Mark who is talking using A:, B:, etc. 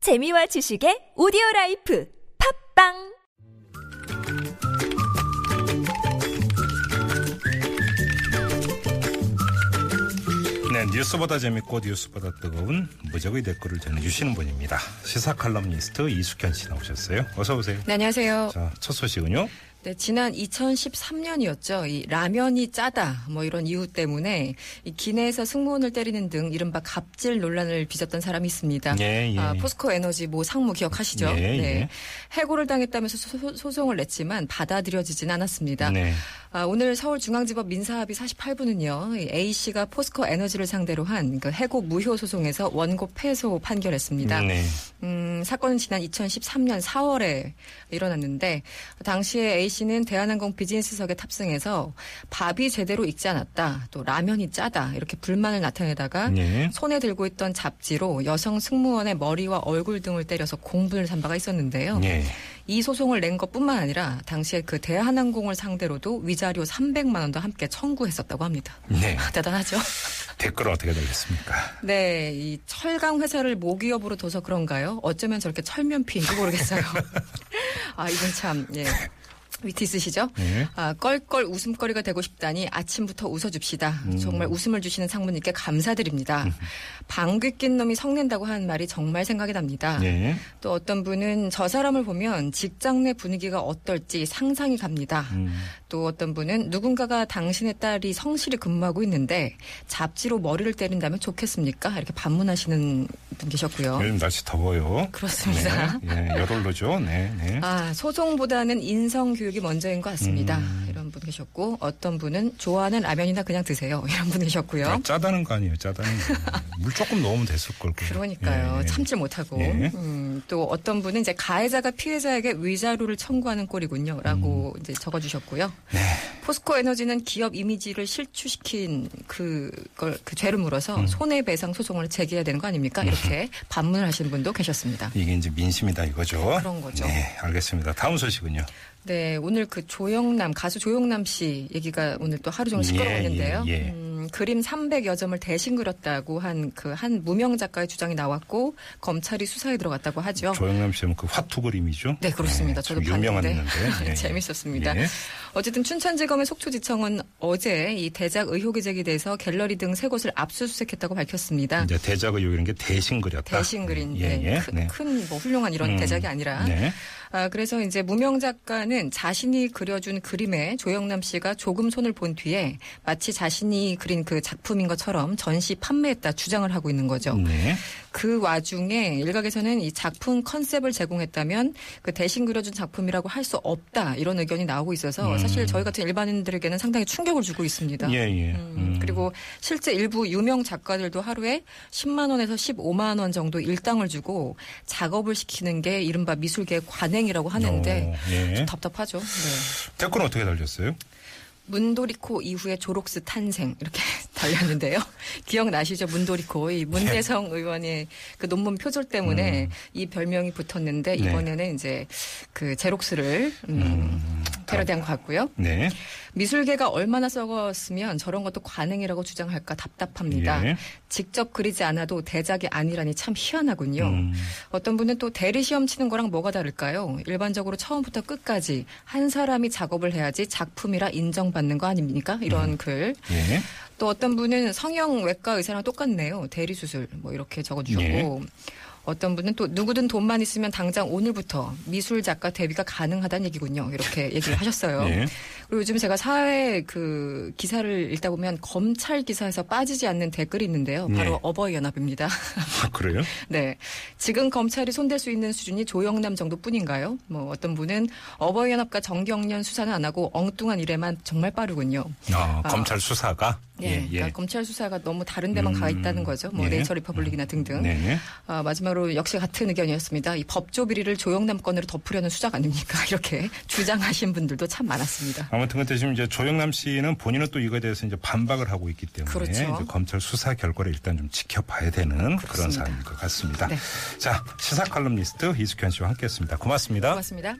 A: 재미와 지식의 오디오 라이프 팝빵
B: 네, 뉴스보다 재밌고 뉴스보다 뜨거운 무적의 댓글을 전해주시는 분입니다. 시사 칼럼니스트 이숙현 씨 나오셨어요. 어서 오세요.
C: 네, 안녕하세요.
B: 자, 첫 소식은요.
C: 네, 지난 2013년이었죠. 이 라면이 짜다 뭐 이런 이유 때문에 이 기내에서 승무원을 때리는 등 이른바 갑질 논란을 빚었던 사람이 있습니다.
B: 예, 예.
C: 아, 포스코 에너지 모 상무 기억하시죠? 네.
B: 예, 예.
C: 해고를 당했다면서 소, 소송을 냈지만 받아들여지진 않았습니다.
B: 네.
C: 아, 오늘 서울중앙지법 민사합의 48부는요. A 씨가 포스코 에너지를 상대로 한 그 해고 무효 소송에서 원고 패소 판결했습니다.
B: 네.
C: 음, 사건은 지난 2013년 4월에 일어났는데 당시에 A 씨는 대한항공 비즈니스석에 탑승해서 밥이 제대로 익지 않았다, 또 라면이 짜다 이렇게 불만을 나타내다가
B: 네.
C: 손에 들고 있던 잡지로 여성 승무원의 머리와 얼굴 등을 때려서 공분을 산 바가 있었는데요.
B: 네.
C: 이 소송을 낸 것뿐만 아니라 당시에 그 대한항공을 상대로도 위자료 300만 원도 함께 청구했었다고 합니다.
B: 네.
C: 대단하죠?
B: 댓글은 어떻게 달렸습니까?
C: 네, 이 철강 회사를 모기업으로 둬서 그런가요? 어쩌면 저렇게 철면피인지 모르겠어요. 아, 이분 참, 예. 위트 있으시죠?
B: 예.
C: 아, 껄껄 웃음거리가 되고 싶다니 아침부터 웃어줍시다. 정말 웃음을 주시는
B: 음.
C: 상무님께 감사드립니다. 방귀 낀 놈이 성낸다고 하는 말이 정말 생각이 납니다.
B: 네.
C: 또 어떤 분은 저 사람을 보면 직장 내 분위기가 어떨지 상상이 갑니다.
B: 음,
C: 또 어떤 분은 누군가가 당신의 딸이 성실히 근무하고 있는데 잡지로 머리를 때린다면 좋겠습니까? 이렇게 반문하시는 분 계셨고요.
B: 요즘 날씨 더워요.
C: 그렇습니다.
B: 네. 예, 열흘로죠. 네. 네.
C: 아, 소송보다는 인성 교육이 먼저인 것 같습니다.
B: 음.
C: 이런 분 계셨고 어떤 분은 좋아하는 라면이나 그냥 드세요. 이런 분
B: 아,
C: 계셨고요.
B: 짜다는 거 아니에요. 짜다는 거. 네. 물 조금 넣으면 됐을 걸. 그냥.
C: 그러니까요.
B: 예, 예.
C: 참지 못하고.
B: 예.
C: 음, 또 어떤 분은 이제 가해자가 피해자에게 위자료를 청구하는 꼴이군요. 라고
B: 음.
C: 이제 적어주셨고요.
B: 네.
C: 포스코 에너지는 기업 이미지를 실추시킨 그걸, 그 죄를 물어서
B: 음.
C: 손해배상 소송을 제기해야 되는 거 아닙니까?
B: 네.
C: 이렇게 반문을 하신 분도 계셨습니다.
B: 이게 이제 민심이다 이거죠.
C: 그런 거죠.
B: 네, 알겠습니다. 다음 소식은요.
C: 네, 오늘 그 조영남, 가수 조영남 씨 얘기가 오늘 또 하루 종일 시끄러웠는데요.
B: 예, 예, 예.
C: 음, 그림 300여 점을 대신 그렸다고 한 그 한 무명 작가의 주장이 나왔고 검찰이 수사에 들어갔다고 하죠.
B: 조영남 씨는 그 화투 그림이죠?
C: 네, 그렇습니다. 저도
B: 좀 아, 유명한
C: 봤는데. 네,
B: 건데. 예.
C: 재밌었습니다.
B: 예.
C: 어쨌든 춘천지검의 속초지청은 어제 이 대작 의혹이 제기돼서 갤러리 등 세 곳을 압수수색했다고 밝혔습니다.
B: 이제 대작의 요이는게 대신 그렸다.
C: 아. 대신 그린
B: 네. 예, 예. 네.
C: 큰뭐 훌륭한 이런
B: 음,
C: 대작이 아니라
B: 네.
C: 아, 그래서 이제 무명 작가는 자신이 그려준 그림에 조영남 씨가 조금 손을 본 뒤에 마치 자신이 그린 그 작품인 것처럼 전시 판매했다 주장을 하고 있는 거죠.
B: 네.
C: 그 와중에 일각에서는 이 작품 컨셉을 제공했다면 그 대신 그려준 작품이라고 할 수 없다 이런 의견이 나오고 있어서
B: 음.
C: 사실 저희 같은 일반인들에게는 상당히 충격을 주고 있습니다.
B: 예, 예.
C: 음, 그리고 실제 일부 유명 작가들도 하루에 10만 원에서 15만 원 정도 일당을 주고 작업을 시키는 게 이른바 미술계 의 관행이라고 하는데
B: 어, 예.
C: 좀 답답하죠. 네.
B: 댓글은 어떻게 달렸어요?
C: 문도리코 이후에 조록스 탄생 이렇게 달렸는데요. 기억나시죠? 문도리코 이 문대성
B: 네.
C: 의원의 그 논문 표절 때문에 이 별명이 붙었는데
B: 음. 네.
C: 이번에는 이제 그 제록스를 음, 패러디한 것 같고요.
B: 네.
C: 미술계가 얼마나 썩었으면 저런 것도 관행이라고 주장할까 답답합니다.
B: 예.
C: 직접 그리지 않아도 대작이 아니라니 참 희한하군요.
B: 음,
C: 어떤 분은 또 대리 시험 치는 거랑 뭐가 다를까요? 일반적으로 처음부터 끝까지 한 사람이 작업을 해야지 작품이라 인정받는 거 아닙니까? 이런 글.
B: 예.
C: 또 어떤 분은 성형 외과 의사랑 똑같네요. 대리 수술 뭐 이렇게 적어주셨고.
B: 예.
C: 어떤 분은 또 누구든 돈만 있으면 당장 오늘부터 미술 작가 데뷔가 가능하다는 얘기군요. 이렇게 얘기를 하셨어요.
B: 예.
C: 그리고 요즘 제가 사회 그 기사를 읽다 보면 검찰 기사에서 빠지지 않는 댓글이 있는데요. 바로
B: 예.
C: 어버이 연합입니다.
B: 아, 그래요?
C: 네. 지금 검찰이 손댈 수 있는 수준이 조영남 정도뿐인가요? 뭐 어떤 분은 어버이 연합과 정경련 수사는 안 하고 엉뚱한 일에만 정말 빠르군요.
B: 아,
C: 아.
B: 검찰 수사가.
C: 예. 그러니까 검찰 수사가 너무 다른 데만 가 있다는 거죠. 뭐
B: 예.
C: 네이처 리퍼블릭이나 등등.
B: 네.
C: 아, 마지막으로 역시 같은 의견이었습니다. 이 법조 비리를 조영남 건으로 덮으려는 수작 아닙니까? 이렇게 주장하신 분들도 참 많았습니다.
B: 아무튼 그때 지금 이제 조영남 씨는 본인은 또 이거에 대해서 이제 반박을 하고 있기 때문에
C: 그렇죠.
B: 이제 검찰 수사 결과를 일단 좀 지켜봐야 되는 그런
C: 그렇습니다.
B: 사안일 것 같습니다.
C: 네.
B: 자, 시사 칼럼니스트 이숙현 씨와 함께했습니다. 고맙습니다.
C: 고맙습니다.